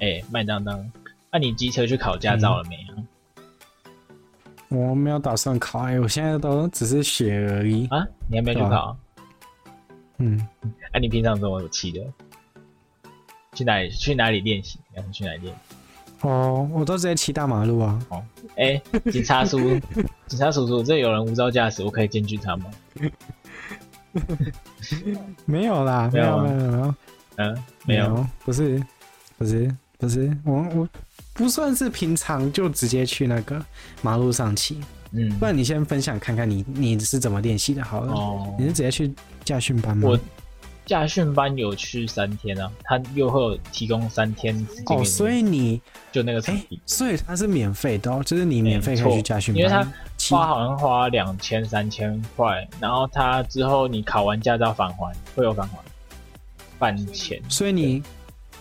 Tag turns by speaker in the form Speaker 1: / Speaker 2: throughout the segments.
Speaker 1: 哎麦当当。那、你机车去考驾照了没啊？
Speaker 2: 嗯我没有打算考，哎，我现在都只是学而已。
Speaker 1: 啊，你还没有去
Speaker 2: 对啊
Speaker 1: 考？
Speaker 2: 嗯，
Speaker 1: 哎、你平常怎么骑的？去哪里？去哪里练习？然后去哪里练习？
Speaker 2: 哦，我都直接骑大马路啊。
Speaker 1: 哎、警察 叔，警察叔叔，这有人无照驾驶，我可以检举他吗？
Speaker 2: 没有啦，
Speaker 1: 没
Speaker 2: 没
Speaker 1: 有
Speaker 2: 有
Speaker 1: 吗
Speaker 2: 没有没有
Speaker 1: 嗯，没有。，
Speaker 2: 不是不是不是，我我不算是平常就直接去那个马路上骑，
Speaker 1: 嗯
Speaker 2: 不，然你先分享看看你你是怎么练习的好了。
Speaker 1: 哦
Speaker 2: 你，是直接去驾训班吗？哦
Speaker 1: 我驾训班有去三天啊，他又会有提供三天时间给
Speaker 2: 哦，
Speaker 1: 你
Speaker 2: 所以你
Speaker 1: 就那个场
Speaker 2: 哎、
Speaker 1: 地，
Speaker 2: 所以它是免费的、哦，就是你免费可以去驾训班，
Speaker 1: 没错因为
Speaker 2: 骑
Speaker 1: 花好像花两千三千块，然后他之后你考完驾照返还会有返还半钱，
Speaker 2: 所以你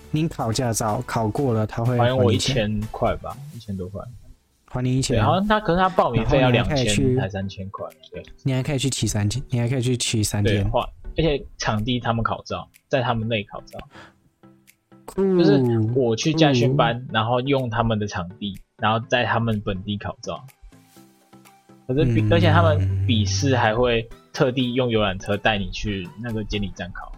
Speaker 2: 你考驾照考过了，他会
Speaker 1: 好
Speaker 2: 还
Speaker 1: 像我
Speaker 2: 你
Speaker 1: 一
Speaker 2: 钱，
Speaker 1: 千块吧，一千多块。
Speaker 2: 还你
Speaker 1: 对，
Speaker 2: 一千，
Speaker 1: 好像他可是他报名费要
Speaker 2: 啊然
Speaker 1: 两
Speaker 2: 后你还可
Speaker 1: 千
Speaker 2: 以去
Speaker 1: 才三千块，对
Speaker 2: 你还可以去骑三天，你还可以去骑三
Speaker 1: 对，
Speaker 2: 天，
Speaker 1: 话而且场地他们考照，在他们内考照，
Speaker 2: 酷，
Speaker 1: 就是
Speaker 2: 嗯
Speaker 1: 我去驾训班，然后用他们的场地，然后在他们本地考照。可是比、
Speaker 2: 嗯
Speaker 1: 而且他们笔试还会特地用游览车带你去那个监理站考，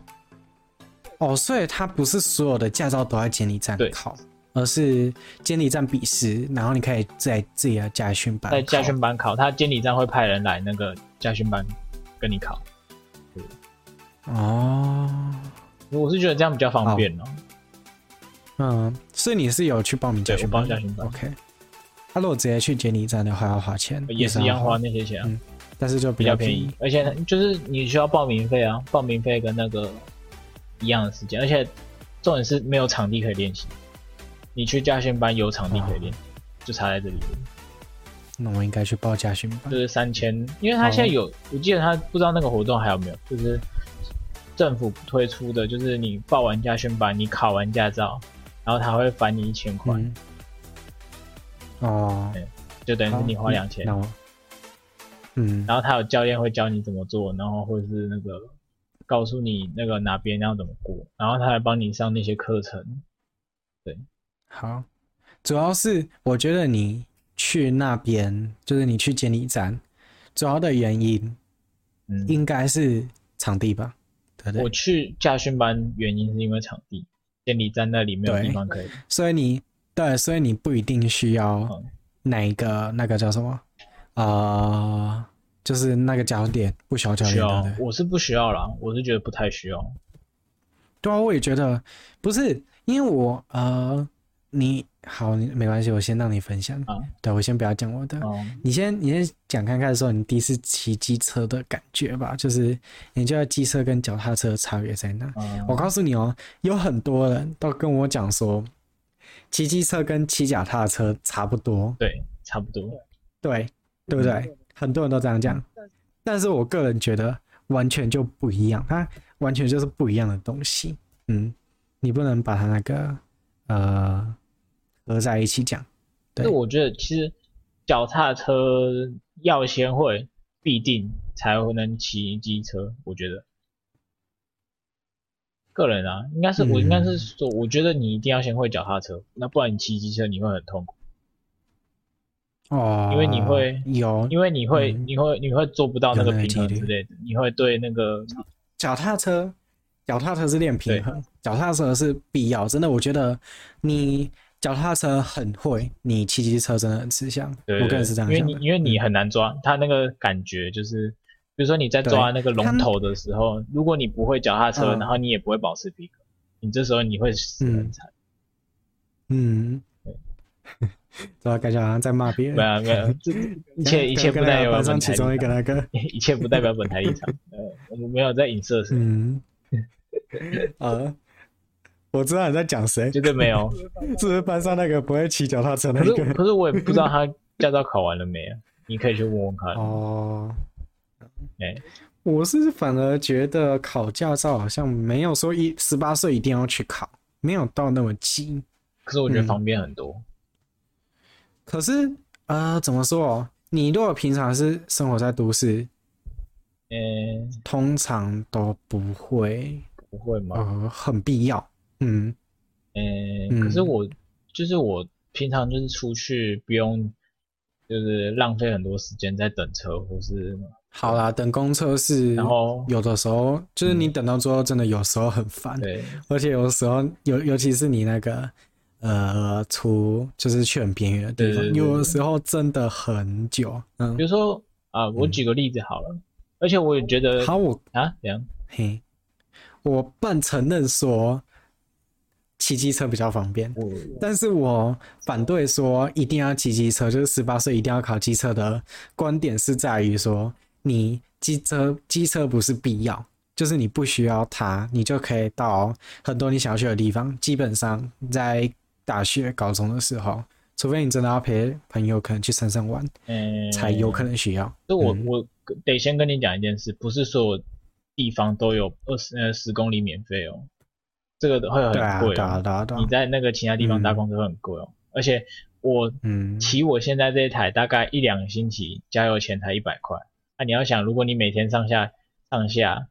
Speaker 2: 哦，所以它不是所有的驾照都在监理站
Speaker 1: 对
Speaker 2: 考，而是监理站笔试，然后你可以在自己的驾训班
Speaker 1: 在驾训
Speaker 2: 考
Speaker 1: 班考，他监理站会派人来那个驾训班跟你考。
Speaker 2: 哦，
Speaker 1: 我是觉得这样比较方便哦、
Speaker 2: 嗯，所以你是有去报名驾
Speaker 1: 对，我
Speaker 2: 训
Speaker 1: 帮
Speaker 2: 班
Speaker 1: 驾训班
Speaker 2: o k 他如果直接去监理站的话，要花钱，
Speaker 1: 也是一样
Speaker 2: 要
Speaker 1: 花，那些钱啊、
Speaker 2: 嗯但是就比
Speaker 1: 比较
Speaker 2: 较
Speaker 1: 便
Speaker 2: 便
Speaker 1: 宜
Speaker 2: 宜。，
Speaker 1: 而且就是你需要报名费啊，报名费跟那个一样的时间，而且重点是没有场地可以练习，你去驾训班有场地可以练习，就差在这里，
Speaker 2: 那我应该去报驾训班
Speaker 1: 就。是三千，因为他现在有，我记得他不知道那个活动还有没有，就是政府推出的，就是你报完驾训班，你考完驾照，然后他会返你一千块，
Speaker 2: 嗯。哦，
Speaker 1: 就等于是你花
Speaker 2: 好
Speaker 1: 两千
Speaker 2: 那，我，嗯，
Speaker 1: 然后他有教练会教你怎么做，然后或者是那个告诉你那个哪边要怎么过，然后他还帮你上那些课程。
Speaker 2: 好，主要是我觉得你去那边，就是你去监理站，主要的原因
Speaker 1: 嗯，
Speaker 2: 应该是场地吧，对不
Speaker 1: 我
Speaker 2: 对？
Speaker 1: 去驾训班原因是因为场地，监理站那里没有地方可以。
Speaker 2: 所以你对，所以你不一定需要
Speaker 1: 嗯
Speaker 2: 哪一个那个叫什么，呃，就是那个教练，不需要教
Speaker 1: 需
Speaker 2: 练，对
Speaker 1: 要
Speaker 2: 不对？，
Speaker 1: 我是不需要啦，我是觉得不太需要。
Speaker 2: 对啊，我也觉得不是，因为我呃，你好，你没关系，我先让你分享。
Speaker 1: 啊
Speaker 2: 对，我先不要讲我的，
Speaker 1: 嗯，
Speaker 2: 你先你先讲看看说你第一次骑机车的感觉吧，就是你觉得机车跟脚踏车的差别在哪？
Speaker 1: 嗯
Speaker 2: 我告诉你哦，有很多人都跟我讲说，骑机车跟骑脚踏车差不多，
Speaker 1: 对，差不多。
Speaker 2: 对对不
Speaker 1: 嗯
Speaker 2: 对？很多人都这样讲，但是我个人觉得完全就不一样，它完全就是不一样的东西。嗯，你不能把它那个呃合在一起讲。对
Speaker 1: 但我觉得其实脚踏车要先会，必定才会能骑机车。我觉得，个人啊，应该是我
Speaker 2: 嗯
Speaker 1: 应该是说，我觉得你一定要先会脚踏车，那不然你骑机车你会很痛苦，
Speaker 2: 哦，
Speaker 1: 因为你会
Speaker 2: 有
Speaker 1: 因为你会
Speaker 2: 嗯
Speaker 1: 你会你会做不到那个
Speaker 2: 有那个
Speaker 1: 平衡
Speaker 2: 几率
Speaker 1: 之类的，你会对那个
Speaker 2: 脚踏车，脚踏车是练平衡，脚踏车是必要。真的，我觉得你脚踏车很会，你骑机车真的很吃香。
Speaker 1: 对，
Speaker 2: 我个人是这样
Speaker 1: 因为
Speaker 2: 想
Speaker 1: 你
Speaker 2: 的。嗯
Speaker 1: 因为你很难抓它那个感觉，就是比如说你在抓那个龙头的时候，如果你不会脚踏车，
Speaker 2: 嗯
Speaker 1: 然后你也不会保持皮革，你这时候你会死得很惨。
Speaker 2: 嗯， 怎么感觉好像在骂别 人？啊
Speaker 1: 没有没有，这这啊一切一切不
Speaker 2: 跟
Speaker 1: 代
Speaker 2: 那个
Speaker 1: 表
Speaker 2: 啊班
Speaker 1: 本
Speaker 2: 上其
Speaker 1: 台
Speaker 2: 中
Speaker 1: 立
Speaker 2: 一个
Speaker 1: 场，
Speaker 2: 那个，
Speaker 1: 一切不代表本台立场。 呃，我们没有在影射谁，
Speaker 2: 嗯， 呃，我知道你在讲谁，
Speaker 1: 绝对没 有。
Speaker 2: 是不是班上那个不会骑脚踏车那
Speaker 1: 可
Speaker 2: 个
Speaker 1: 是？ 可是我也不知道他驾照考完了没啊，你可以去问问看。
Speaker 2: 哦，
Speaker 1: 哎，
Speaker 2: 我是反而觉得考驾照好像没有说一十八岁一定要去考，没有到那么急。
Speaker 1: 可是我觉得
Speaker 2: 嗯
Speaker 1: 方便很多。
Speaker 2: 可是呃，怎么说哦？你如果平常是生活在都市，
Speaker 1: 嗯，
Speaker 2: 通常都不会
Speaker 1: 不会吗？
Speaker 2: 哦呃很必要。嗯，
Speaker 1: 诶、
Speaker 2: 嗯
Speaker 1: 可是我就是我平常就是出去不用，就是浪费很多时间在等车或是
Speaker 2: 好啦，等公车是，
Speaker 1: 然后嗯
Speaker 2: 有的时候就是你等到最后，真的有时候很烦，
Speaker 1: 对
Speaker 2: 而且有时候尤尤其是你那个呃出就是去很边缘的地
Speaker 1: 对对
Speaker 2: 方，
Speaker 1: 对对
Speaker 2: 有的时候真的很久。嗯
Speaker 1: 比，如说啊，我举个例子好了，而且我也觉得
Speaker 2: 好，我
Speaker 1: 啊，怎样？
Speaker 2: 嘿，我半承认说骑机车比较方便，
Speaker 1: 我
Speaker 2: 但是我反对说一定要骑机车，就是十八岁一定要考机车的观点是在于说，你机车机车不是必要，就是你不需要它，你就可以到很多你想要去的地方。基本上在大学、高中的时候，除非你真的要陪朋友可能去山上玩，
Speaker 1: 嗯，
Speaker 2: 才有可能需要。
Speaker 1: 所以我、
Speaker 2: 嗯
Speaker 1: 我得先跟你讲一件事，不是所有地方都有二十呃十公里免费哦，这个嗯会很
Speaker 2: 对啊，
Speaker 1: 贵、哦
Speaker 2: 对啊，对啊，对啊
Speaker 1: 你，在那个其他地方搭
Speaker 2: 嗯
Speaker 1: 公车会很贵哦，而且我
Speaker 2: 嗯，
Speaker 1: 骑我现在这一台大概一两个星期，加油钱才一百块。那、你要想，如果你每天上下上下，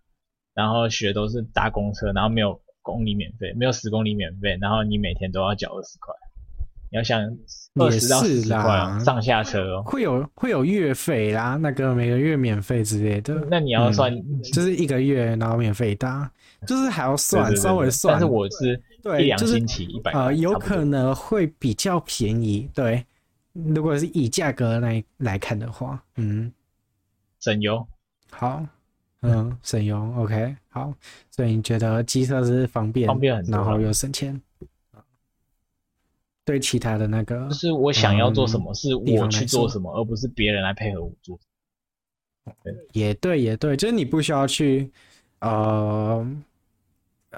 Speaker 1: 然后学都是搭公车，然后没有公里免费，没有十公里免费，然后你每天都要缴二十块，你要想二十到
Speaker 2: 也
Speaker 1: 十
Speaker 2: 是
Speaker 1: 块
Speaker 2: 啦
Speaker 1: 哦上下车哦，
Speaker 2: 会有会有月费啦，那个每个月免费之类的。
Speaker 1: 那你要
Speaker 2: 嗯
Speaker 1: 算、
Speaker 2: 就是一个月，然后免费搭，就是还要
Speaker 1: 对对
Speaker 2: 算
Speaker 1: 对
Speaker 2: 稍微
Speaker 1: 对
Speaker 2: 算，
Speaker 1: 但是我是
Speaker 2: 对
Speaker 1: 一两
Speaker 2: 就是
Speaker 1: 星期一百、
Speaker 2: 呃有可
Speaker 1: 能
Speaker 2: 能会比较便宜，对，如果是以价格来来看的话，嗯，
Speaker 1: 省油。
Speaker 2: 好，嗯，省油，OK，好，所以你觉得机车是方便，
Speaker 1: 方便很多啊
Speaker 2: 然后
Speaker 1: 啦
Speaker 2: 又省钱，对其他的那个
Speaker 1: 就是我想要做什
Speaker 2: 嗯
Speaker 1: 么，是
Speaker 2: 地
Speaker 1: 我
Speaker 2: 方
Speaker 1: 去
Speaker 2: 来
Speaker 1: 做
Speaker 2: 说
Speaker 1: 什么，而不是别人来配合我做。
Speaker 2: 也对，也对，就是你不需要去，呃，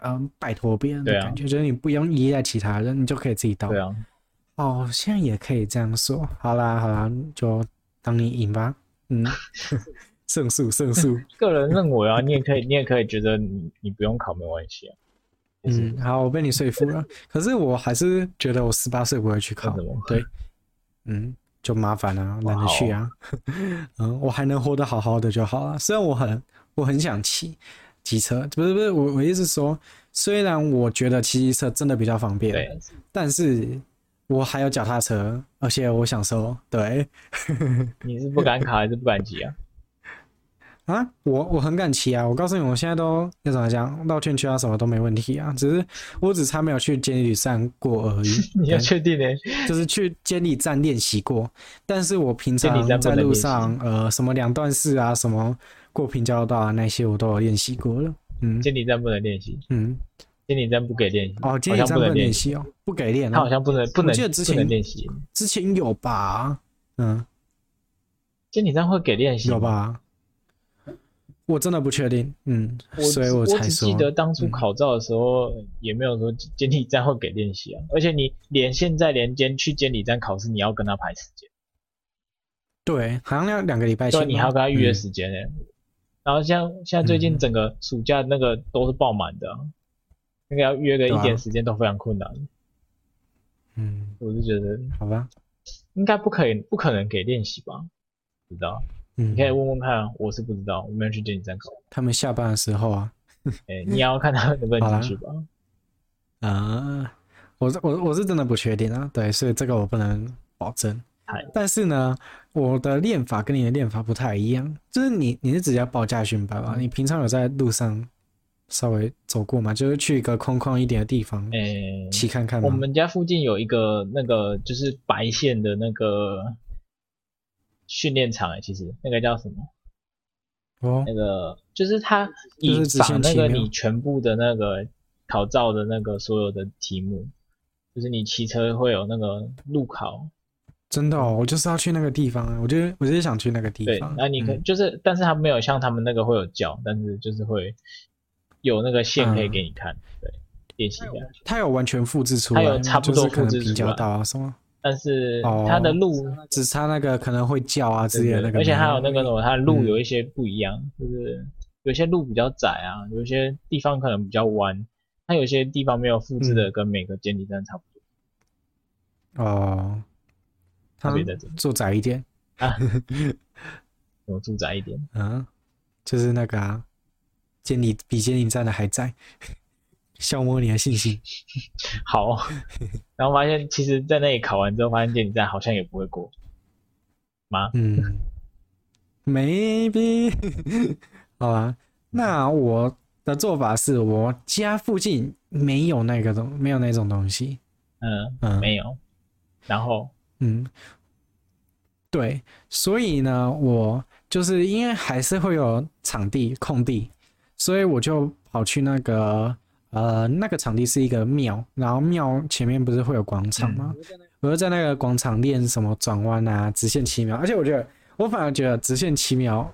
Speaker 2: 嗯，拜托别人的
Speaker 1: 对啊
Speaker 2: 感觉，就是你不用依赖其他人，你就可以自己到。
Speaker 1: 对啊，
Speaker 2: 好像也可以这样说。好啦，好啦，就当你赢吧。 嗯，胜诉，胜诉。
Speaker 1: 个人认为啊，你也可以，你也可以觉得你你不用考没关系啊。就是
Speaker 2: 嗯，好，我被你说服了。可是我还是觉得我十八岁不会去考
Speaker 1: 为什么。
Speaker 2: 对，嗯，就麻烦了、懒得去啊。 嗯，我还能活得好好的就好了。虽然我很我很想骑机车，不是不是，我我意思是说，虽然我觉得骑机车真的比较方便，
Speaker 1: 对，
Speaker 2: 但是我还有脚踏车，而且我想说，对。
Speaker 1: 你是不敢考还是不敢骑啊？，
Speaker 2: 啊，我我很敢骑啊！我告诉你，我现在都要怎么讲，绕圈圈啊什么都没问题啊，只是我只差没有去监狱站过而已
Speaker 1: 你要
Speaker 2: 对
Speaker 1: 确定呢？
Speaker 2: 就是去监理站练习过。但是我平
Speaker 1: 监理站
Speaker 2: 常
Speaker 1: 不能
Speaker 2: 在路
Speaker 1: 练习
Speaker 2: 上，呃，什么两段式啊，什么过平交道啊那些，我都有练习过了。嗯
Speaker 1: 监理站不能练习，
Speaker 2: 嗯，
Speaker 1: 监理站不给练习，
Speaker 2: 哦，监
Speaker 1: 好
Speaker 2: 理
Speaker 1: 像不
Speaker 2: 站不
Speaker 1: 能练
Speaker 2: 能练
Speaker 1: 习，
Speaker 2: 习哦，不给练
Speaker 1: 他好
Speaker 2: 哦，
Speaker 1: 像不能不能
Speaker 2: 我记得之
Speaker 1: 不
Speaker 2: 前
Speaker 1: 能练习。
Speaker 2: 之前有吧？嗯，
Speaker 1: 监理站会给练习吗
Speaker 2: 有？吧？我真的不确定，嗯，
Speaker 1: 我
Speaker 2: 所以我
Speaker 1: 我
Speaker 2: 才
Speaker 1: 只
Speaker 2: 说
Speaker 1: 记，得当初
Speaker 2: 嗯
Speaker 1: 考照的时候也没有说监理站会给练习啊，而且你连现在连监去监理站考试，你要跟他排时间，
Speaker 2: 对，好像要两个礼拜
Speaker 1: 对啊，
Speaker 2: 前吧，
Speaker 1: 你还要跟他预约
Speaker 2: 嗯
Speaker 1: 时间呢。欸然后像现在最近
Speaker 2: 嗯
Speaker 1: 整个暑假那个都是爆满的啊，那个要约个
Speaker 2: 对
Speaker 1: 一
Speaker 2: 啊
Speaker 1: 点时间都非常困难。
Speaker 2: 嗯，
Speaker 1: 我就觉得
Speaker 2: 好吧，
Speaker 1: 应该不可以，不可能给练习吧？不知道，
Speaker 2: 嗯，
Speaker 1: 你可以问问看啊，我是不知道，我没有去监理站考。
Speaker 2: 他们下班的时候啊，
Speaker 1: 哎、你也要看他们能不
Speaker 2: 好
Speaker 1: 能
Speaker 2: 啦
Speaker 1: 进去吧。
Speaker 2: 啊、我是我我是真的不确定啊，对，所以这个我不能保证
Speaker 1: 嗨。
Speaker 2: 但是呢，我的练法跟你的练法不太一样，就是你你是直接报驾训班啊，你平常有在路上稍微走过吗？就是去一个空旷一点的地方
Speaker 1: 哎、
Speaker 2: 骑看看吗？
Speaker 1: 我们家附近有一个那个就是白线的那个训练场、哎，其实那个叫什么？
Speaker 2: 哦
Speaker 1: 那个就是它
Speaker 2: 就
Speaker 1: 以
Speaker 2: 是直
Speaker 1: 绑那
Speaker 2: 线
Speaker 1: 个
Speaker 2: 骑没有
Speaker 1: 你全部的那个考照的那个所有的题目，就是你骑车会有那个路考，
Speaker 2: 真的哦，我就是要去那个地方啊，我就我就是想去那个地
Speaker 1: 对
Speaker 2: 方。，
Speaker 1: 那你可
Speaker 2: 嗯
Speaker 1: 就是，但是他没有像他们那个会有教，但是就是会有那个线可以
Speaker 2: 嗯
Speaker 1: 给你看，对，练习一下。
Speaker 2: 它有完全复制出来
Speaker 1: 它
Speaker 2: 吗，
Speaker 1: 有差不多
Speaker 2: 就是可
Speaker 1: 复
Speaker 2: 能
Speaker 1: 制出
Speaker 2: 平交
Speaker 1: 来
Speaker 2: 道啊什么，
Speaker 1: 但是
Speaker 2: 哦
Speaker 1: 它的路，
Speaker 2: 只差那个可能会叫啊之
Speaker 1: 对
Speaker 2: 类
Speaker 1: 对
Speaker 2: 的那个，
Speaker 1: 而且还有那个什么，它的路
Speaker 2: 嗯
Speaker 1: 有一些不一样，就是有些路比较窄啊，有些地方可能比较弯，它有些地方没有复制
Speaker 2: 嗯
Speaker 1: 的，跟每个监理站差不多。
Speaker 2: 哦，
Speaker 1: 特
Speaker 2: 它
Speaker 1: 别的怎么
Speaker 2: 做窄一点，
Speaker 1: 怎么住宅一点？
Speaker 2: 啊嗯，就是那个啊，监理比监理站的还窄， 消磨你的信心。
Speaker 1: 好，然后发现其实，在那里考完之后，发现电子战好像也不会过吗？
Speaker 2: 嗯，maybe，好吧。那我的做法是我家附近没有那个东，没有那种东西。
Speaker 1: 嗯，
Speaker 2: 嗯
Speaker 1: 没有。然后，
Speaker 2: 嗯，对，所以呢，我就是因为还是会有场地空地，所以我就跑去那个呃那个场地是一个庙，然后庙前面不是会有广场吗？
Speaker 1: 嗯
Speaker 2: 我就在那个广场练什么转弯啊、直线七秒，而且我觉得我反而觉得直线七秒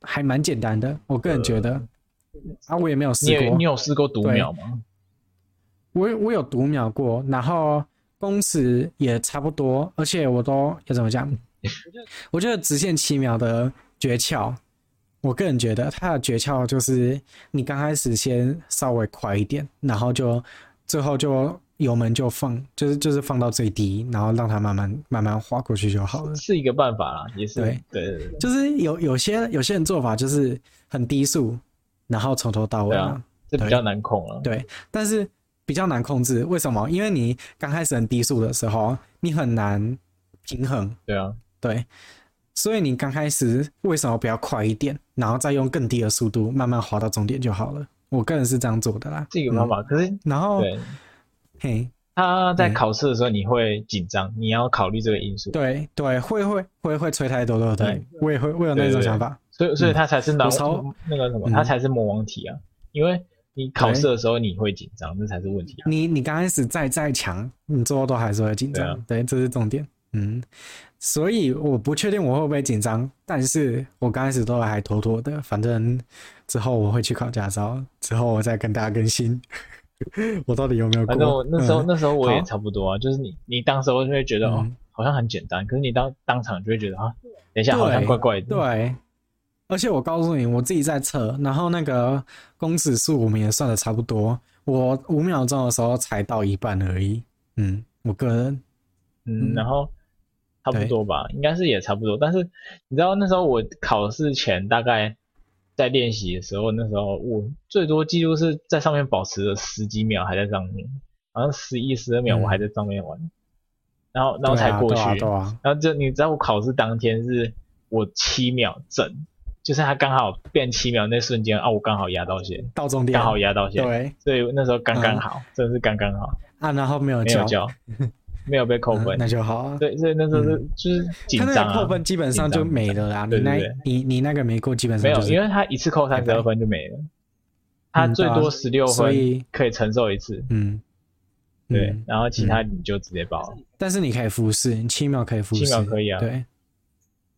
Speaker 2: 还蛮简单的，我个人觉得、啊，我也没有
Speaker 1: 呃你
Speaker 2: 试
Speaker 1: 有
Speaker 2: 过
Speaker 1: 你。有试过读
Speaker 2: 对
Speaker 1: 秒吗？
Speaker 2: 我我有读秒过，然后公尺也差不多，而且我都要怎么讲？我觉得直线七秒的诀窍，我个人觉得它的诀窍就是你刚开始先稍微快一点，然后就最后就油门就放，就是就是放到最低，然后让它慢慢慢慢滑过去就好了。
Speaker 1: 是一个办法啦，也是
Speaker 2: 对
Speaker 1: 对对对
Speaker 2: 就是有有些有些人做法就是很低速，然后从头到尾
Speaker 1: 对
Speaker 2: 嘛
Speaker 1: 啊，这比较难控了。
Speaker 2: 对，但是比较难控制。为什么？因为你刚开始很低速的时候，你很难平衡。
Speaker 1: 对啊，
Speaker 2: 对，所以你刚开始为什么不要快一点，然后再用更低的速度慢慢滑到终点就好了？我个人是这样做的啦。
Speaker 1: 这个方
Speaker 2: 嗯哦
Speaker 1: 法。可是
Speaker 2: 然后，
Speaker 1: 对
Speaker 2: 嘿，
Speaker 1: 他在
Speaker 2: 嗯
Speaker 1: 考试的时候你会紧张，你要考虑这个因素。
Speaker 2: 对对，会会会会吹太多，对不对？我也会，我有那
Speaker 1: 对
Speaker 2: 种
Speaker 1: 对
Speaker 2: 想法。
Speaker 1: 所以所以他才是拿
Speaker 2: 我超
Speaker 1: 那个什么，
Speaker 2: 嗯
Speaker 1: 他才是魔王体啊，因为你考试的时候你会紧张，这才是问题啊。
Speaker 2: 你你刚开始再再强，你最后都还是会紧张，
Speaker 1: 对啊
Speaker 2: 对，这是重点。嗯，所以我不确定我会不会紧张，但是我刚开始都还妥妥的，反正之后我会去考驾照，之后我再跟大家更新， 我到底有没有过？
Speaker 1: 反正我那时候、
Speaker 2: 嗯
Speaker 1: 那时候我也
Speaker 2: 好
Speaker 1: 差不多啊，就是你你当时候就会觉得、哦
Speaker 2: 嗯
Speaker 1: 好像很简单，可是你当当场就会觉得啊，等一下
Speaker 2: 对
Speaker 1: 好像怪怪的。
Speaker 2: 对，而且我告诉你，我自己在测，然后那个公尺数我们也算的差不多，我五秒钟的时候才到一半而已。嗯，我个人
Speaker 1: 嗯，
Speaker 2: 嗯
Speaker 1: 然后差不
Speaker 2: 对
Speaker 1: 多吧，应该是也差不多。但是你知道那时候我考试前大概在练习的时候，那时候我最多记录是在上面保持了十几秒，还在上面，好像十一十二秒
Speaker 2: 嗯
Speaker 1: 我还在上面玩，然后然后才过去。
Speaker 2: 对啊，对啊对啊
Speaker 1: 然后就你知道我考试当天是我七秒整，就是他刚好变七秒那瞬间啊，我刚好压到线，
Speaker 2: 到终点
Speaker 1: 刚好压到线，
Speaker 2: 对嗯
Speaker 1: 所以那时候刚刚好，真的是刚刚好，
Speaker 2: 啊，然后没有
Speaker 1: 没有
Speaker 2: 交。
Speaker 1: 交，没有被扣
Speaker 2: 嗯
Speaker 1: 分。
Speaker 2: 那就好啊。
Speaker 1: 对，所以那时候是、就是紧
Speaker 2: 他
Speaker 1: 张啊
Speaker 2: 那个扣，分基本上就没了啦，你
Speaker 1: 紧张
Speaker 2: 那
Speaker 1: 对对对
Speaker 2: 你你那个没过，基本
Speaker 1: 没
Speaker 2: 上
Speaker 1: 有
Speaker 2: 就，是
Speaker 1: 因为他一次扣三十二分就没了，他最多十六
Speaker 2: 嗯啊所
Speaker 1: 分
Speaker 2: 以
Speaker 1: 可以承受一次，
Speaker 2: 嗯，
Speaker 1: 对
Speaker 2: 嗯，
Speaker 1: 然后其他你就直接爆了。
Speaker 2: 但是你可以复试，你七秒可以复试，
Speaker 1: 七秒可以啊
Speaker 2: 对，
Speaker 1: 对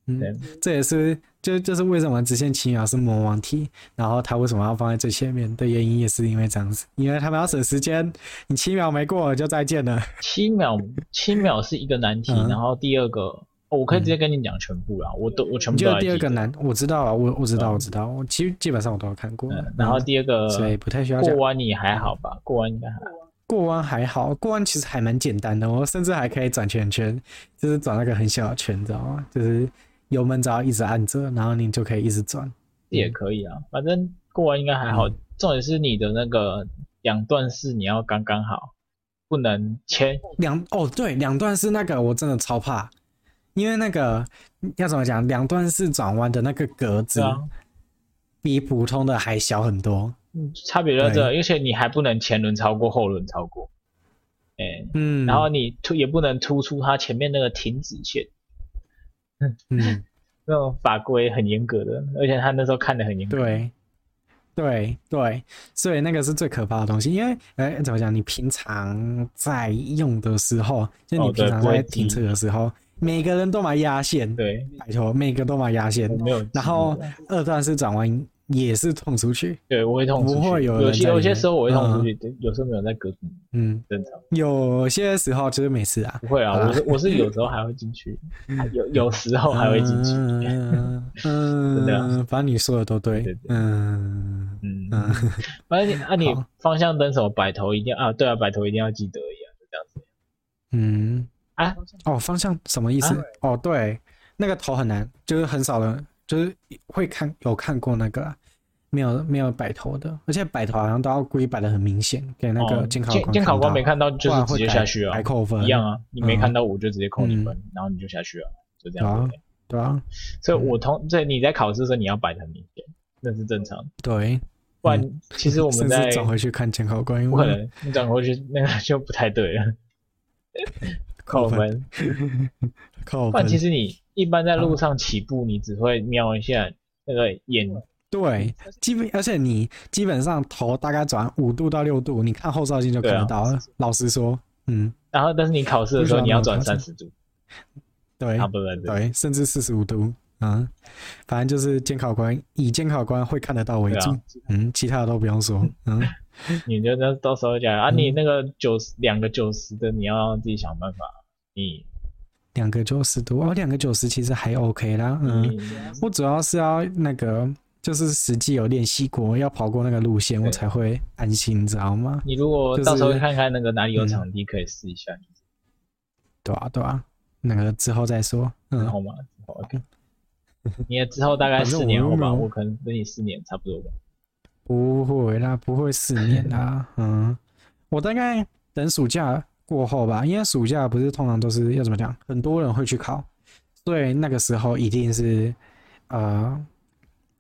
Speaker 2: 嗯，这也是就就是为什么直线七秒是魔王题，然后他为什么要放在最前面的原因也是因为这样子，因为他们要省时间，你七秒没过就再见了。
Speaker 1: 七秒，七秒是一个难题，
Speaker 2: 嗯
Speaker 1: 然后第二个，哦，我可以直接跟你讲全部啦，我都我全
Speaker 2: 你
Speaker 1: 部
Speaker 2: 觉
Speaker 1: 都
Speaker 2: 得
Speaker 1: 还记
Speaker 2: 第二
Speaker 1: 得
Speaker 2: 个难？我知道啊，我我知道我知道，我其实基本上我都有看过了
Speaker 1: 嗯。然后第二个
Speaker 2: 嗯所以不太需要
Speaker 1: 过
Speaker 2: 讲。
Speaker 1: 弯你还好吧？过弯应该还好。
Speaker 2: 过弯还好，过弯其实还蛮简单的，我甚至还可以转圈圈，就是转那个很小的圈，你知道吗？就是油门只要一直按着，然后你就可以一直转。
Speaker 1: 也
Speaker 2: 嗯
Speaker 1: 可以啊，反正过完应该还好。重点是你的那个两段式你要刚刚好，不能前
Speaker 2: 两哦对，两段式那个我真的超怕，因为那个要怎么讲，两段式转弯的那个格子
Speaker 1: 对啊，
Speaker 2: 比普通的还小很多。
Speaker 1: 嗯差别就在这，
Speaker 2: 对
Speaker 1: 而且你还不能前轮超过后轮超过，哎、
Speaker 2: 嗯，
Speaker 1: 然后你突也不能突出它前面那个停止线，
Speaker 2: 嗯，
Speaker 1: 那种法规很严格的，而且他那时候看的很严格。，
Speaker 2: 对。对对，所以那个是最可怕的东西，因为呃，怎么讲？你平常在用的时候，就
Speaker 1: 哦对
Speaker 2: 你平常
Speaker 1: 不会
Speaker 2: 在
Speaker 1: 记
Speaker 2: 停车的时候，每个人都买压线，
Speaker 1: 对，哦
Speaker 2: 拜托，每个都买压线
Speaker 1: 我，没有记录。
Speaker 2: 然后二段式转弯也是痛出去，
Speaker 1: 对我会痛出去，
Speaker 2: 不会有人
Speaker 1: 有些
Speaker 2: 在里面
Speaker 1: 有些时候我会痛出去，对有时候没有在格子里，
Speaker 2: 嗯，
Speaker 1: 正常。
Speaker 2: 有些时候就是每次啊，
Speaker 1: 不会啊，
Speaker 2: 好啦
Speaker 1: 我是我是有时候还会进 去，有有时候哦还会进去。
Speaker 2: 嗯嗯，
Speaker 1: 真的啊
Speaker 2: 反正你说的都对，
Speaker 1: 对对对
Speaker 2: 嗯
Speaker 1: 嗯，
Speaker 2: 嗯，
Speaker 1: 反正你啊，你
Speaker 2: 好
Speaker 1: 方向灯什么摆头一定啊，对啊，摆头一定要记得一样，就这样子
Speaker 2: 嗯，
Speaker 1: 啊。
Speaker 2: 哦，方向什么意思？哦，对，那个头很难，就是很少人，就是会看有看过那个啦啊没有没有摆头的，而且摆头好像都要故意摆的很明显，给那个
Speaker 1: 哦
Speaker 2: 监考
Speaker 1: 监
Speaker 2: 官
Speaker 1: 监考官
Speaker 2: 到
Speaker 1: 没看到
Speaker 2: 不
Speaker 1: 就
Speaker 2: 然
Speaker 1: 是
Speaker 2: 会
Speaker 1: 直接
Speaker 2: 改
Speaker 1: 下去啊
Speaker 2: 改，扣分
Speaker 1: 一样啊，你没
Speaker 2: 嗯
Speaker 1: 看到我就直接扣你分，
Speaker 2: 嗯
Speaker 1: 然后你就下去啊，就这样
Speaker 2: 好啊
Speaker 1: 子。
Speaker 2: 对啊，
Speaker 1: 所以我同所以你在考试的时候你要摆得很明显，那是正常。
Speaker 2: 对，
Speaker 1: 不然其实我们
Speaker 2: 嗯甚
Speaker 1: 在
Speaker 2: 至转回去看监考官，因
Speaker 1: 不可
Speaker 2: 为
Speaker 1: 能你转过去那个就不太对 了，扣
Speaker 2: 分
Speaker 1: 分。
Speaker 2: 扣
Speaker 1: 不然
Speaker 2: 分
Speaker 1: 其，实你一般在路上起步，你只会瞄一下那个眼，
Speaker 2: 嗯对，基本而且你基本上头大概转五度到六度，你看后照镜就看
Speaker 1: 对啊
Speaker 2: 得到了。老实说，嗯，
Speaker 1: 然后但是你考试的时候
Speaker 2: 为什么
Speaker 1: 你要转
Speaker 2: 要转
Speaker 1: 三十度，
Speaker 2: 对
Speaker 1: 啊不不不，
Speaker 2: 对，甚至四十五度，嗯，反正就是监考官以监考官会看得到为
Speaker 1: 对
Speaker 2: 主，
Speaker 1: 啊
Speaker 2: 嗯，其他的都不用说，嗯，
Speaker 1: 你就那到时候讲啊，
Speaker 2: 嗯
Speaker 1: 你那个九十两个九十的，你要自己想办法，你
Speaker 2: 两个九十度，哦，两个九十其实还 OK 啦，嗯，
Speaker 1: 你
Speaker 2: 我主要是要那个就是实际有练习过，要跑过那个路线，我
Speaker 1: 对
Speaker 2: 才会安心，你知道吗？
Speaker 1: 你如果
Speaker 2: 就是
Speaker 1: 到时候看看那个哪里有
Speaker 2: 嗯
Speaker 1: 场地可以试一下，
Speaker 2: 对啊，对啊，那个之后再说，嗯
Speaker 1: 然，后嘛，之后 OK。你也之后大概
Speaker 2: 反正
Speaker 1: 四年
Speaker 2: 我
Speaker 1: 后吧，
Speaker 2: 又没有
Speaker 1: 我可能跟你四年差不多吧。
Speaker 2: 不会啦，不会四年 啦。嗯，我大概等暑假过后吧，因为暑假不是通常都是要怎么讲，很多人会去考，所以那个时候一定是，呃，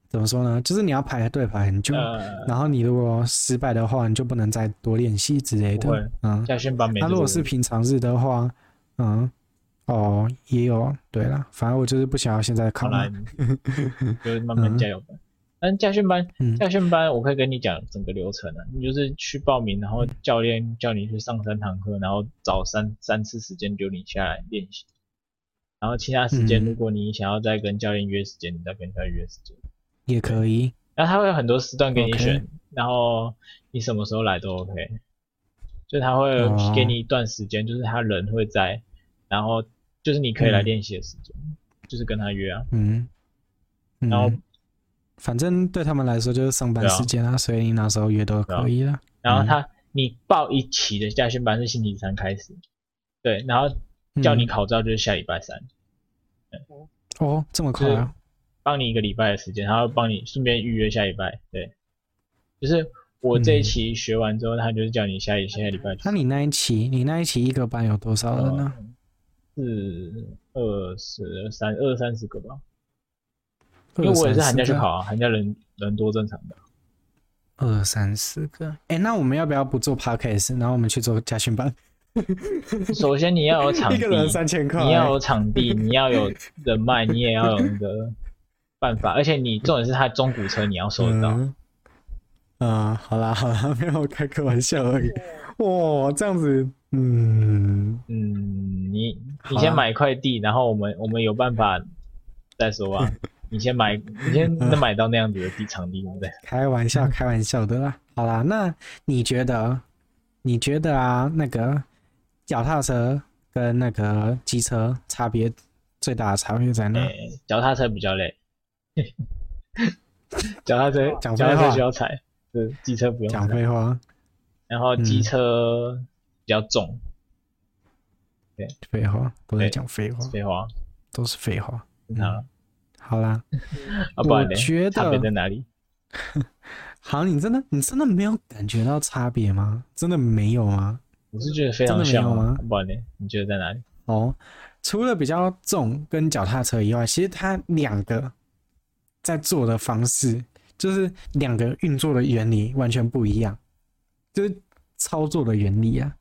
Speaker 2: 怎么说呢？就是你要排队排很久，
Speaker 1: 呃，
Speaker 2: 然后你如果失败的话，你就不能再多练习之类
Speaker 1: 不会
Speaker 2: 的。嗯，
Speaker 1: 嘉轩班没
Speaker 2: 那、
Speaker 1: 这个问题。
Speaker 2: 如果是平常日的话，嗯，哦，也有对啦，反正我就是不想要现在考
Speaker 1: 好
Speaker 2: 了
Speaker 1: 啦，。你就是慢慢加油吧。但家训班
Speaker 2: 嗯，
Speaker 1: 家训班我可以跟你讲整个流程啊，你就是去报名，然后教练叫你去上三堂课，然后找三三次时间留你下来练习，然后其他时间
Speaker 2: 嗯
Speaker 1: 如果你想要再跟教练约时间，你再跟教练约时间。
Speaker 2: 也可以。
Speaker 1: 然后他会有很多时段给你
Speaker 2: OK
Speaker 1: 选然后你什么时候来都 OK。就他会
Speaker 2: 哦
Speaker 1: 给你一段时间，就是他人会在，然后就是你可以来
Speaker 2: 嗯
Speaker 1: 练习的时间，就是跟他约啊。
Speaker 2: 嗯，
Speaker 1: 然后
Speaker 2: 嗯反正对他们来说就是上班时间啊，所以你那时候约都可以啊啦。
Speaker 1: 然后
Speaker 2: 嗯
Speaker 1: 他、你报一期的驾训班是星期三开始，对，然后叫
Speaker 2: 嗯
Speaker 1: 你考照就是下礼拜三，
Speaker 2: 哦，这么快啊？
Speaker 1: 帮你一个礼拜的时间，然后帮你顺便预约下礼拜，对，就是我这一期学完之后，他就是叫你下一下礼拜去
Speaker 2: 那你那一期，你那一期一个班有多少人呢、嗯
Speaker 1: 四二十三二三十个吧，
Speaker 2: 二
Speaker 1: 哦因为我也是寒假去
Speaker 2: 三十个
Speaker 1: 考啊，寒假人人多正常的，
Speaker 2: 二三十个。哎、那我们要不要不做 podcast，然后我们去做家训班？
Speaker 1: 首先你 要有场地，
Speaker 2: 一个人三欸千块、
Speaker 1: 你要有场 地，你要有人脉，你也要有那个办法，而且你重点是他的中古车你要收得到。
Speaker 2: 嗯啊、好啦好啦，没有开个玩笑而已。哇、这样子，嗯，
Speaker 1: 嗯，你
Speaker 2: 好
Speaker 1: 你
Speaker 2: 啊
Speaker 1: 先买一块地，然后我们我们有办法再说 吧。你先买，你先
Speaker 2: 嗯
Speaker 1: 能买到那样子的地场地，我们再
Speaker 2: 开玩笑，开玩笑的啦。好啦，那你觉得？你觉得啊，那个脚踏车跟那个机车差别最大的差别在哪？
Speaker 1: 诶脚踏车比较累， 脚踏车
Speaker 2: 讲
Speaker 1: 脚
Speaker 2: 废话
Speaker 1: 踏车需要踩，是机车不用
Speaker 2: 讲
Speaker 1: 踩。
Speaker 2: 废话，
Speaker 1: 然后机
Speaker 2: 嗯
Speaker 1: 车比较重，
Speaker 2: 废话，都在
Speaker 1: 对
Speaker 2: 讲废话，
Speaker 1: 废话，
Speaker 2: 都是废话。
Speaker 1: 正常啊。
Speaker 2: 好啦，
Speaker 1: 啊，不然
Speaker 2: 我
Speaker 1: 呢？
Speaker 2: 觉得
Speaker 1: 差别在哪里？
Speaker 2: 好，你真的，你真的没有感觉到差别吗？真的没有吗？
Speaker 1: 我是觉得非
Speaker 2: 真
Speaker 1: 常
Speaker 2: 的没有
Speaker 1: 像啊
Speaker 2: 吗，
Speaker 1: 不然呢？你觉得在哪里？
Speaker 2: 哦，除了比较重跟脚踏车以外，其实它两个在做的方式，就是两个运作的原理完全不一样，就是操作的原理啊。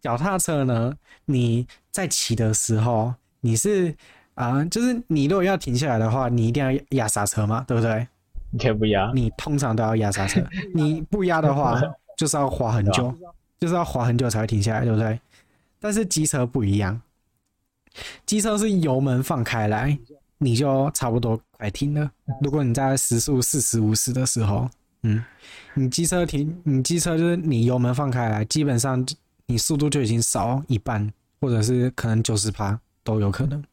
Speaker 2: 脚踏车呢，你在骑的时候，你是啊、就是你如果要停下来的话，你一定要压刹车嘛，对不对？
Speaker 1: 你可以不压，
Speaker 2: 你通常都要 压刹车，你不压的话，就是要滑很久，
Speaker 1: 啊
Speaker 2: 就是要滑很久才会停下来，对不对？但是机车不一样，机车是油门放开来，你就差不多快停了。如果你在时速四十五十的时候，嗯，你机车停，你机车就是你油门放开来，基本上你速度就已经少一半，或者是可能九十趴都有可能。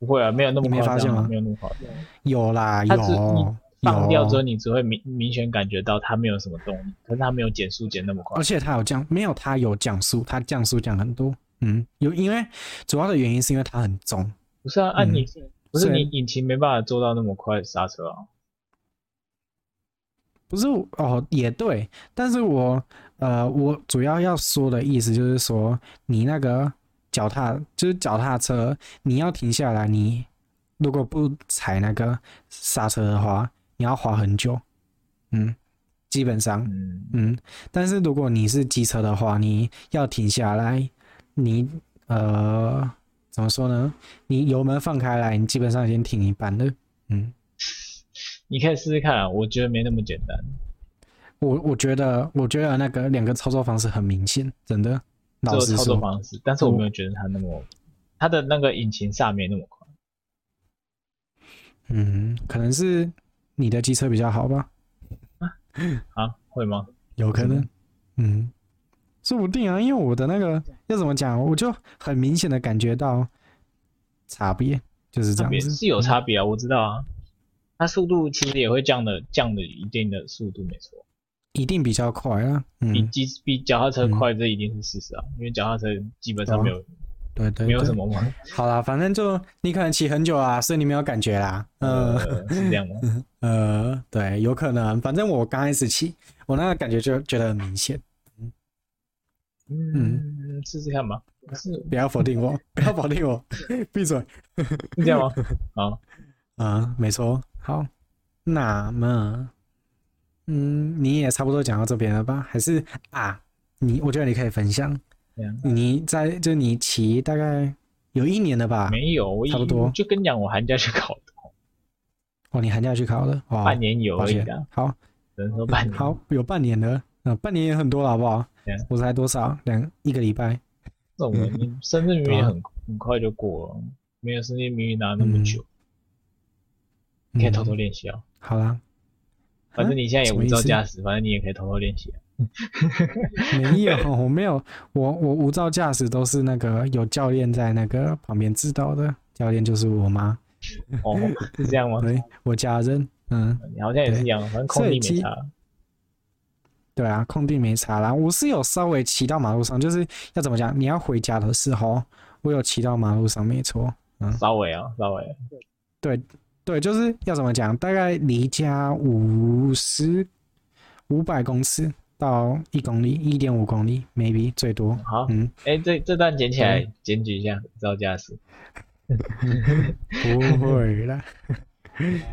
Speaker 1: 不会啊，没有那么
Speaker 2: 你没
Speaker 1: 夸
Speaker 2: 发现
Speaker 1: 张啊，
Speaker 2: 吗
Speaker 1: 没有那么夸张。
Speaker 2: 有啦，
Speaker 1: 它只
Speaker 2: 有有
Speaker 1: 放掉之后，你只会明明显感觉到它没有什么动力，可是它没有减速减那么快
Speaker 2: 而。且它有降，没有它有降速，它降速降很多。嗯，有因为主要的原因是因为它很重，
Speaker 1: 不是啊，按、
Speaker 2: 嗯
Speaker 1: 你不是
Speaker 2: 虽然
Speaker 1: 你引擎没办法做到那么快刹车啊，
Speaker 2: 不是我哦，也对，但是我呃，我主要要说的意思就是说，你那个脚踏就是脚踏车，你要停下来，你如果不踩那个刹车的话，你要滑很久，嗯，基本上，
Speaker 1: 嗯，
Speaker 2: 嗯，但是如果你是机车的话，你要停下来，你呃，怎么说呢？你油门放开来，你基本上已经停一半了，嗯。
Speaker 1: 你可以试试看啊，我觉得没那么简单。
Speaker 2: 我我觉得，我觉得那个两个操作方式很明显，真的。
Speaker 1: 这
Speaker 2: 老
Speaker 1: 个
Speaker 2: 实
Speaker 1: 操作
Speaker 2: 说，
Speaker 1: 方式，但是我没有觉得它那么，它的那个引擎刹没那么快。
Speaker 2: 嗯，可能是你的机车比较好吧，
Speaker 1: 啊，会吗？
Speaker 2: 有可能，嗯，说不定啊，因为我的那个要怎么讲，我就很明显的感觉到差别，就是
Speaker 1: 差
Speaker 2: 这样
Speaker 1: 别
Speaker 2: 子。嗯
Speaker 1: 是有差别啊，我知道啊。它速度其实也会降的，降的一定的速度，没错。
Speaker 2: 一定比较快啊，
Speaker 1: 比
Speaker 2: 嗯，
Speaker 1: 机比脚踏车快，这一定是事实啊，因为脚踏车基本上没有
Speaker 2: 对对
Speaker 1: 没有什
Speaker 2: 对，
Speaker 1: 么 嘛，
Speaker 2: 好啦，反正就你可能骑很久啊，所以你没有感觉啦，嗯、
Speaker 1: 呃，是这 样吗？
Speaker 2: 呃，对，有可能。反正我刚开始骑，我那个感觉就觉得很明显。
Speaker 1: 嗯，试试看吧。是
Speaker 2: 不要否定我，不要否定我，闭嘴。
Speaker 1: 是这样 吗？好，
Speaker 2: 嗯，没错。好，那么，嗯，你也差不多讲到这边了吧？还是啊，你我觉得你可以分享，
Speaker 1: 这样
Speaker 2: 你在就你骑大概有一年了吧？
Speaker 1: 没有，我已
Speaker 2: 啊差不多
Speaker 1: 就跟你讲，我寒假去 考的，
Speaker 2: 哦，你寒假去考了哦，
Speaker 1: 半年有
Speaker 2: 抱
Speaker 1: 而已
Speaker 2: 歉
Speaker 1: 啊，
Speaker 2: 好，
Speaker 1: 只能说半年。
Speaker 2: 好，有半年了，嗯，半年也很多了，好不好
Speaker 1: 对啊？
Speaker 2: 我才多少两一个礼拜，
Speaker 1: 这种人，
Speaker 2: 嗯
Speaker 1: 你深圳明明很
Speaker 2: 哦
Speaker 1: 很快就过了，没有深圳明明拿那么久，你可以
Speaker 2: 嗯
Speaker 1: 偷偷练习啊。
Speaker 2: 好啦。
Speaker 1: 反正你现在也
Speaker 2: 什么
Speaker 1: 无
Speaker 2: 意
Speaker 1: 照
Speaker 2: 思
Speaker 1: 驾驶，反正你也可以偷偷练习啊。
Speaker 2: 没 有，我没有，我我无照驾驶都是那个有教练在那个旁边指导的，教练就是我妈，
Speaker 1: 哦，是这样吗？
Speaker 2: 对，我家人，嗯，
Speaker 1: 你好像也是一样，反正空地
Speaker 2: 所以
Speaker 1: 没
Speaker 2: 其
Speaker 1: 差。
Speaker 2: 对啊，空地没差啦。我是有稍微骑到马路上，就是要怎么讲，你要回家的时候，我有骑到马路上，没错，
Speaker 1: 稍微啊，稍微
Speaker 2: 对，就是要怎么讲，大概离家五十五百公尺到一公里，一点五公里，maybe 最多，
Speaker 1: 好。
Speaker 2: 嗯，
Speaker 1: 哎、这这段捡起来，检举一下无照驾驶。
Speaker 2: 不会啦。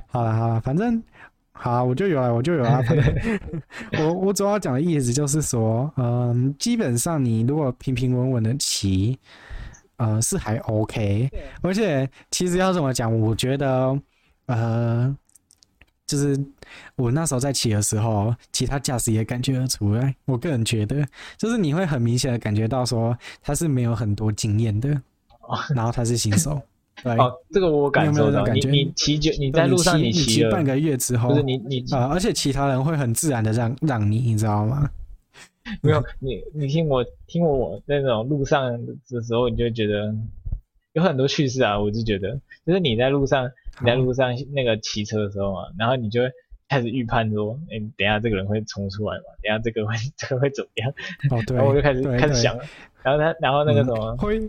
Speaker 2: 好了好了，反正好啊，我就有了，我就有了。反正 我我主要讲的意思就是说，嗯，基本上你如果平平稳稳的骑，呃，是还 OK。而且其实要怎么讲，我觉得，呃，就是我那时候在骑的时候，其他驾驶也感觉得出来。哎我个人觉得，就是你会很明显的感觉到说他是没有很多经验的，然后他是新手。 对，
Speaker 1: 哦，这个我感
Speaker 2: 你有
Speaker 1: 受
Speaker 2: 哎没有
Speaker 1: 到，
Speaker 2: 这种感
Speaker 1: 你
Speaker 2: 觉
Speaker 1: 你骑就你在路上
Speaker 2: 你
Speaker 1: 骑
Speaker 2: 骑
Speaker 1: 了，
Speaker 2: 半个月之后，
Speaker 1: 不是你你骑
Speaker 2: 呃，而且其他人会很自然的让让你，你知道吗？
Speaker 1: 没有你你听我听我我那种路上的时候，你就觉得有很多趣事啊。我就觉得，就是你在路上你在路上那个骑车的时候嘛，然后你就会开始预判说，哎、等一下这个人会冲出来嘛，等一下这个会这个会怎么样？
Speaker 2: 哦，对，
Speaker 1: 然后我就开始
Speaker 2: 对
Speaker 1: 开始
Speaker 2: 对嗯
Speaker 1: 想，然后他然后那个什么，
Speaker 2: 会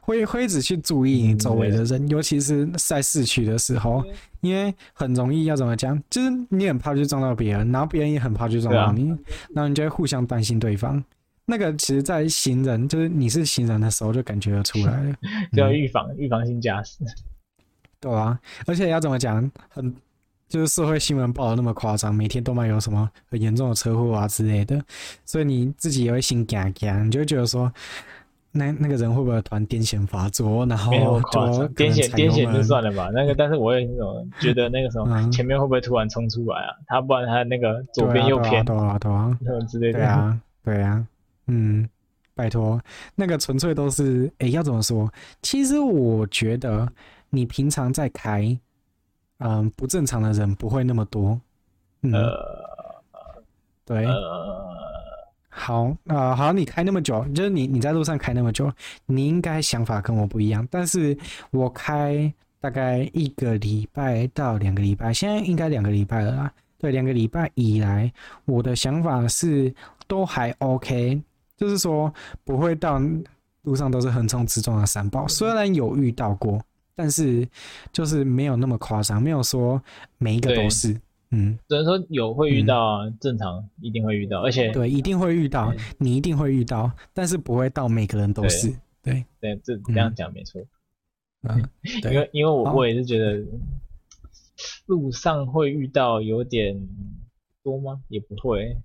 Speaker 2: 会会一直去注意你周围的人，尤其是在市区的时候，因为很容易要怎么讲，就是你很怕去撞到别人，然后别人也很怕去
Speaker 1: 啊
Speaker 2: 撞到你，然后你就会互相担心对方。那个其实，在行人就是你是行人的时候就感觉得出来了，
Speaker 1: 就要
Speaker 2: 嗯哦
Speaker 1: 预防预防性 驾驶。
Speaker 2: 对啊，而且要怎么讲，很就是社会新闻报的那么夸张，每天都嘛有什么很严重的车祸啊之类的，所以你自己也会心惊惊，你就会觉得说，那那个人会不会突然癫痫发作，然后
Speaker 1: 没那么
Speaker 2: 就
Speaker 1: 夸张，
Speaker 2: 啊可
Speaker 1: 癫
Speaker 2: 能
Speaker 1: 痫
Speaker 2: 踩
Speaker 1: 癫
Speaker 2: 油
Speaker 1: 痫就
Speaker 2: 门
Speaker 1: 算了吧，那个但是我也那种觉得那个什么
Speaker 2: 嗯
Speaker 1: 前面会不会突然冲出来啊？他不然他那个左
Speaker 2: 对
Speaker 1: 边
Speaker 2: 啊
Speaker 1: 右
Speaker 2: 对啊
Speaker 1: 偏
Speaker 2: 对啊 对啊，
Speaker 1: 那种之类的
Speaker 2: 对，啊，对啊，嗯，拜托，那个纯粹都是，诶，要怎么说？其实我觉得你平常在开，嗯、不正常的人不会那么多，嗯，
Speaker 1: 呃
Speaker 2: 对，
Speaker 1: 呃，
Speaker 2: 好，呃，好，你开那么久，就是你你在路上开那么久，你应该想法跟我不一样。但是我开大概一个礼拜到两个礼拜，现在应该两个礼拜了啦。对，两个礼拜以来，我的想法是都还 OK，就是说不会到路上都是横冲直撞的三宝。虽然有遇到过，但是就是没有那么夸张，没有说每一个
Speaker 1: 对
Speaker 2: 都是。嗯，
Speaker 1: 只能说有会遇到啊，正常一定会遇到，而且
Speaker 2: 对，一定会遇到
Speaker 1: 嗯，
Speaker 2: 你一定会遇到，但是不会到每个人都
Speaker 1: 对
Speaker 2: 是。对，
Speaker 1: 对这这样讲没错，
Speaker 2: 嗯，
Speaker 1: 因
Speaker 2: 对，
Speaker 1: 为因为我
Speaker 2: 好
Speaker 1: 我也是觉得路上会遇到有点多吗？也不会，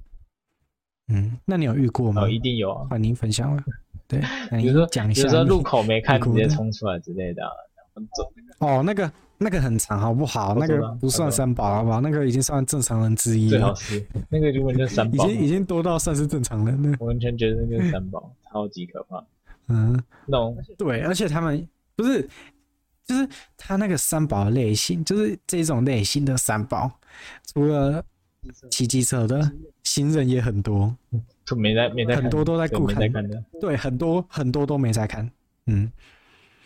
Speaker 2: 嗯，那你有遇过吗
Speaker 1: 哦，？一定有啊，
Speaker 2: 欢迎分享了。对，那
Speaker 1: 比
Speaker 2: 你
Speaker 1: 如说
Speaker 2: 讲一
Speaker 1: 比
Speaker 2: 下
Speaker 1: 如说
Speaker 2: 啊你
Speaker 1: 路口没看
Speaker 2: 你
Speaker 1: 直
Speaker 2: 哭
Speaker 1: 接
Speaker 2: 的
Speaker 1: 冲出来之类的啊，然后走
Speaker 2: 哦，那个那个很长，好不好？那
Speaker 1: 知道
Speaker 2: 个不算
Speaker 1: 我知道
Speaker 2: 三宝，好不好？那个已经算正常人之一
Speaker 1: 最好
Speaker 2: 了，
Speaker 1: 是啊那个根本就是三
Speaker 2: 已
Speaker 1: 宝，
Speaker 2: 经已经多到算是正常人了。
Speaker 1: 我完全觉得那就是三宝， 超级可怕，
Speaker 2: 嗯，
Speaker 1: 那种
Speaker 2: 对，而且他们不是，就是他那个三宝类型，就是这种类型的三宝，除了骑机车的行人也很多，
Speaker 1: 就没在没在看
Speaker 2: 很多都在
Speaker 1: 对
Speaker 2: 顾
Speaker 1: 没
Speaker 2: 看
Speaker 1: 在看的，
Speaker 2: 对，很多很多都没在看，嗯，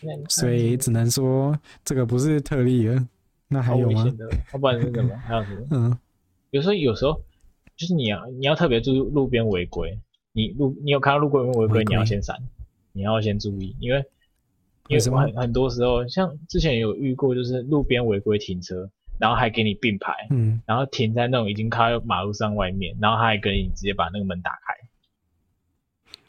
Speaker 1: 那你看
Speaker 2: 所以只能说这个不是特例了。那还
Speaker 1: 超
Speaker 2: 有
Speaker 1: 危
Speaker 2: 吗？
Speaker 1: 险的，要不然是什 么？还有什么？
Speaker 2: 嗯，
Speaker 1: 有时候有时候就是你要你要特别注意路边违规，你路你有看到路边违
Speaker 2: 违
Speaker 1: 规，
Speaker 2: 规
Speaker 1: 你要先闪，你要先注意，因为因
Speaker 2: 为
Speaker 1: 为
Speaker 2: 什么
Speaker 1: 很很多时候像之前有遇过，就是路边违规停车，然后还给你并排，
Speaker 2: 嗯，
Speaker 1: 然后停在那种已经靠马路上外面，然后他还给你直接把那个门打开，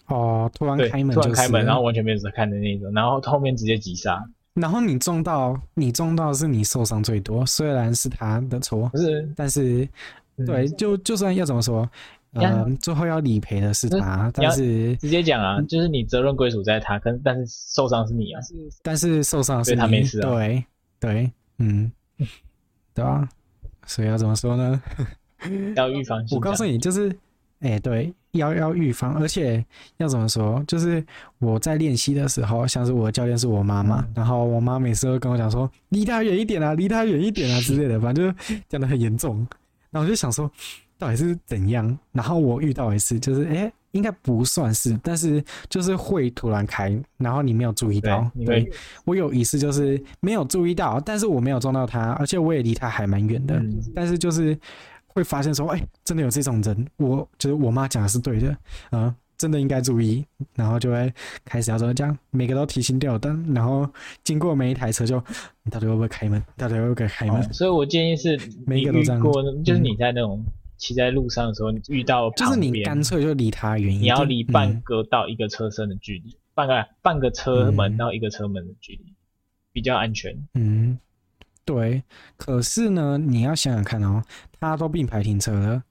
Speaker 2: 哦，突然
Speaker 1: 对，
Speaker 2: 开门
Speaker 1: 突
Speaker 2: 就是
Speaker 1: 然
Speaker 2: 了，
Speaker 1: 开门，然后完全没有人看的那种，然后后面直接急刹，
Speaker 2: 然后你撞到，你撞到是你受伤最多，虽然是他的错
Speaker 1: 不，是，
Speaker 2: 但是
Speaker 1: 嗯
Speaker 2: 对，就就算要怎么说，
Speaker 1: 呀嗯
Speaker 2: 嗯，最后要理赔的是
Speaker 1: 那
Speaker 2: 他，
Speaker 1: 你
Speaker 2: 但
Speaker 1: 要
Speaker 2: 是
Speaker 1: 直接讲
Speaker 2: 嗯
Speaker 1: 啊，就是你责任归属在他，跟但是受伤是你啊，
Speaker 2: 但是受伤的是
Speaker 1: 对他没
Speaker 2: 你
Speaker 1: 事啊
Speaker 2: 对对，嗯，对啊，所以要怎么说呢？
Speaker 1: 要预防性
Speaker 2: 我告诉
Speaker 1: 你，
Speaker 2: 你，就是，哎、对，要要预防，而且要怎么说？就是我在练习的时候，像是我的教练是我妈妈，
Speaker 1: 嗯
Speaker 2: 然后我妈每次都跟我讲说，离他远一点啊，离他远一点啊之类的，反正就是讲的很严重。然后我就想说，到底是怎样？然后我遇到一次，就是哎、应该不算是，但是就是会突然开，然后你没有注意
Speaker 1: 对
Speaker 2: 到，，
Speaker 1: 你
Speaker 2: 对
Speaker 1: 会
Speaker 2: 我有一次就是没有注意到，但是我没有撞到他，而且我也离他还蛮远的，
Speaker 1: 嗯
Speaker 2: 但是就是会发现说，哎、真的有这种人，我就是我妈讲的是对的，啊、真的应该注意，然后就会开始要说这样，每个都提心吊胆，然后经过每一台车就，你到底会不会开门？到底会不会开门？
Speaker 1: 哦所以我建议是，
Speaker 2: 每
Speaker 1: 你
Speaker 2: 一个都
Speaker 1: 遇
Speaker 2: 这样
Speaker 1: 过那，就是
Speaker 2: 嗯
Speaker 1: 你在那种骑在路上的时候，你遇到
Speaker 2: 就是
Speaker 1: 旁
Speaker 2: 你
Speaker 1: 边
Speaker 2: 干脆就离他远一点，
Speaker 1: 你要离半
Speaker 2: 嗯
Speaker 1: 个到一个车身的距离，半个半个车
Speaker 2: 嗯
Speaker 1: 门到一个车门的距离比较安全。
Speaker 2: 嗯，对。可是呢，你要想想看哦，他都并排停车了，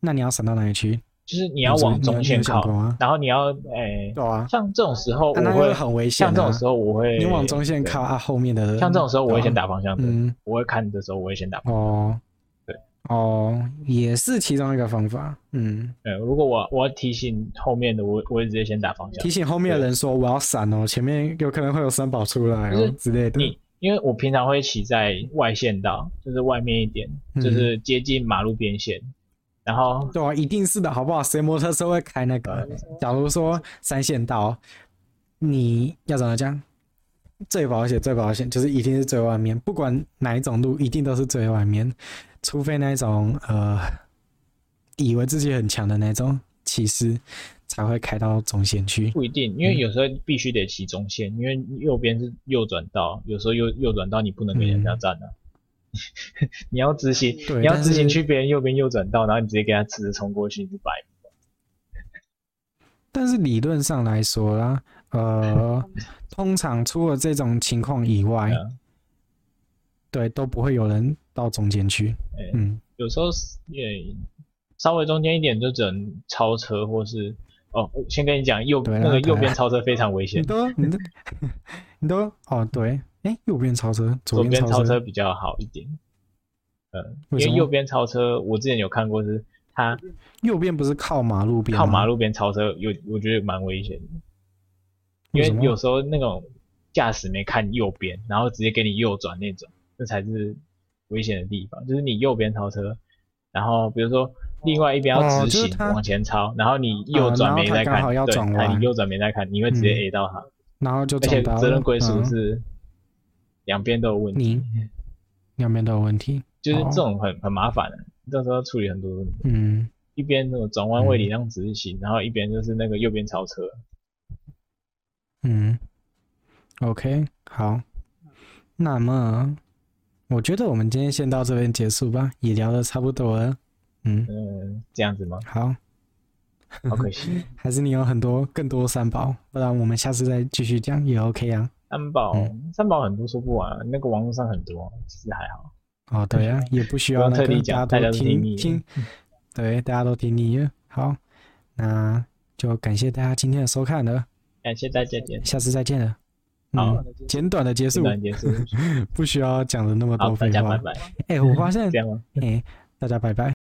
Speaker 2: 那你要闪到哪里去？
Speaker 1: 就是你
Speaker 2: 你
Speaker 1: 要往中
Speaker 2: 嗯你有
Speaker 1: 线
Speaker 2: 想过
Speaker 1: 靠，
Speaker 2: 吗？
Speaker 1: 然后你要诶，
Speaker 2: 对啊，
Speaker 1: 像这种时候我
Speaker 2: 啊那会
Speaker 1: 会
Speaker 2: 很危险啊
Speaker 1: 像这种时候我会
Speaker 2: 你往中线
Speaker 1: 对
Speaker 2: 靠啊，后面的人
Speaker 1: 像这种时候我会先
Speaker 2: 对啊
Speaker 1: 打方向灯，
Speaker 2: 嗯，
Speaker 1: 我会看的时候我会先打方。
Speaker 2: 哦，
Speaker 1: 对，
Speaker 2: 哦，也是其中一个方法。嗯，
Speaker 1: 对，呃如果我我要提醒后面的，我我会直接先打方向
Speaker 2: 提。醒后面的人说我要闪哦，前面有可能会有三宝出来
Speaker 1: 就
Speaker 2: 哦
Speaker 1: 是
Speaker 2: 之类的。
Speaker 1: 你因为我平常会骑在外线道，就是外面一点，
Speaker 2: 嗯
Speaker 1: 就是接近马路边线，然后
Speaker 2: 对啊，一定是的，好不好？谁摩托车会开那个？假如说三线道，你要怎么讲？最保险，最保险就是一定是最外面，不管哪一种路，一定都是最外面，除非那种呃，以为自己很强的那种骑士才会开到中线去。
Speaker 1: 不一定，因为有时候必须得骑中线，因为右边是右转道，有时候右右转道你不能给人家站啊。 你要直行，
Speaker 2: 嗯对
Speaker 1: 你要
Speaker 2: 但是
Speaker 1: 直行去别人右边右转道，然后你直接给他直着冲过去，你是白目。
Speaker 2: 但是理论上来说啦，呃，通常除了这种情况以外，
Speaker 1: 嗯
Speaker 2: 对，都不会有人到中间去。
Speaker 1: 哎
Speaker 2: 嗯，
Speaker 1: 有时候是也稍微中间一点就只能超车，或是哦，我先跟你讲，右
Speaker 2: 对啦
Speaker 1: 那个
Speaker 2: 对啦
Speaker 1: 右边超车非常危
Speaker 2: 你
Speaker 1: 险，
Speaker 2: 都你都 你都哦，对，哎，右边超车，
Speaker 1: 左
Speaker 2: 边
Speaker 1: 边
Speaker 2: 超
Speaker 1: 超车，比较好一点。嗯，因
Speaker 2: 为什
Speaker 1: 为
Speaker 2: 么
Speaker 1: 右边超车，我之前有看过是他
Speaker 2: 右边不是靠马路边吗，啊
Speaker 1: 靠马路边超车有，我觉得蛮危险的，因
Speaker 2: 为什么
Speaker 1: 为有时候那种驾驶没看右边，然后直接给你右转那种，那才是危险的地方。就是你右边超车，然后比如说另外一边
Speaker 2: 哦
Speaker 1: 要直
Speaker 2: 就是
Speaker 1: 行、
Speaker 2: 他
Speaker 1: 往前超，然后你右
Speaker 2: 啊然
Speaker 1: 转
Speaker 2: 后
Speaker 1: 没
Speaker 2: 他
Speaker 1: 在
Speaker 2: 刚
Speaker 1: 看，
Speaker 2: 好要
Speaker 1: 对，
Speaker 2: 转
Speaker 1: 他
Speaker 2: 弯
Speaker 1: 你右转没在看，你会直接
Speaker 2: 嗯
Speaker 1: A 到他，
Speaker 2: 然后就
Speaker 1: 而且
Speaker 2: 撞到了
Speaker 1: 责任归属
Speaker 2: 嗯
Speaker 1: 是两边都有问题，
Speaker 2: 你两边都有问题。
Speaker 1: 就是
Speaker 2: 哦
Speaker 1: 这种很很麻烦的、啊到时候要处理很多问题。
Speaker 2: 嗯，
Speaker 1: 一边那种转弯位礼让直行，然后一边就是那个右边超车，
Speaker 2: 嗯，OK，好。那么我觉得我们今天先到这边结束吧，也聊的差不多了。嗯，
Speaker 1: 嗯，这样子吗？
Speaker 2: 好，
Speaker 1: 好可 惜。
Speaker 2: 还是你有很多更多三宝，不然我们下次再继续讲也 OK 啊。
Speaker 1: 三宝，三宝很多说不完啊，那个网络上很多，其实还好。
Speaker 2: 哦，对啊，也不需要
Speaker 1: 不用
Speaker 2: 那
Speaker 1: 特
Speaker 2: 个
Speaker 1: 地讲
Speaker 2: 大
Speaker 1: 大家
Speaker 2: 家都
Speaker 1: 都
Speaker 2: 听
Speaker 1: 听腻了
Speaker 2: 听，对，大家都听腻了。好，那就感谢大家今天的收看了，
Speaker 1: 感谢大家点，
Speaker 2: 下次再见了。
Speaker 1: 好
Speaker 2: 嗯，简短的
Speaker 1: 这
Speaker 2: 结束，
Speaker 1: 段结束。
Speaker 2: 不需要讲的那么
Speaker 1: 好
Speaker 2: 多，
Speaker 1: 大
Speaker 2: 废
Speaker 1: 家
Speaker 2: 话
Speaker 1: 拜。拜。
Speaker 2: 哎，我发现
Speaker 1: 这，样吗？
Speaker 2: 哎，大家拜拜。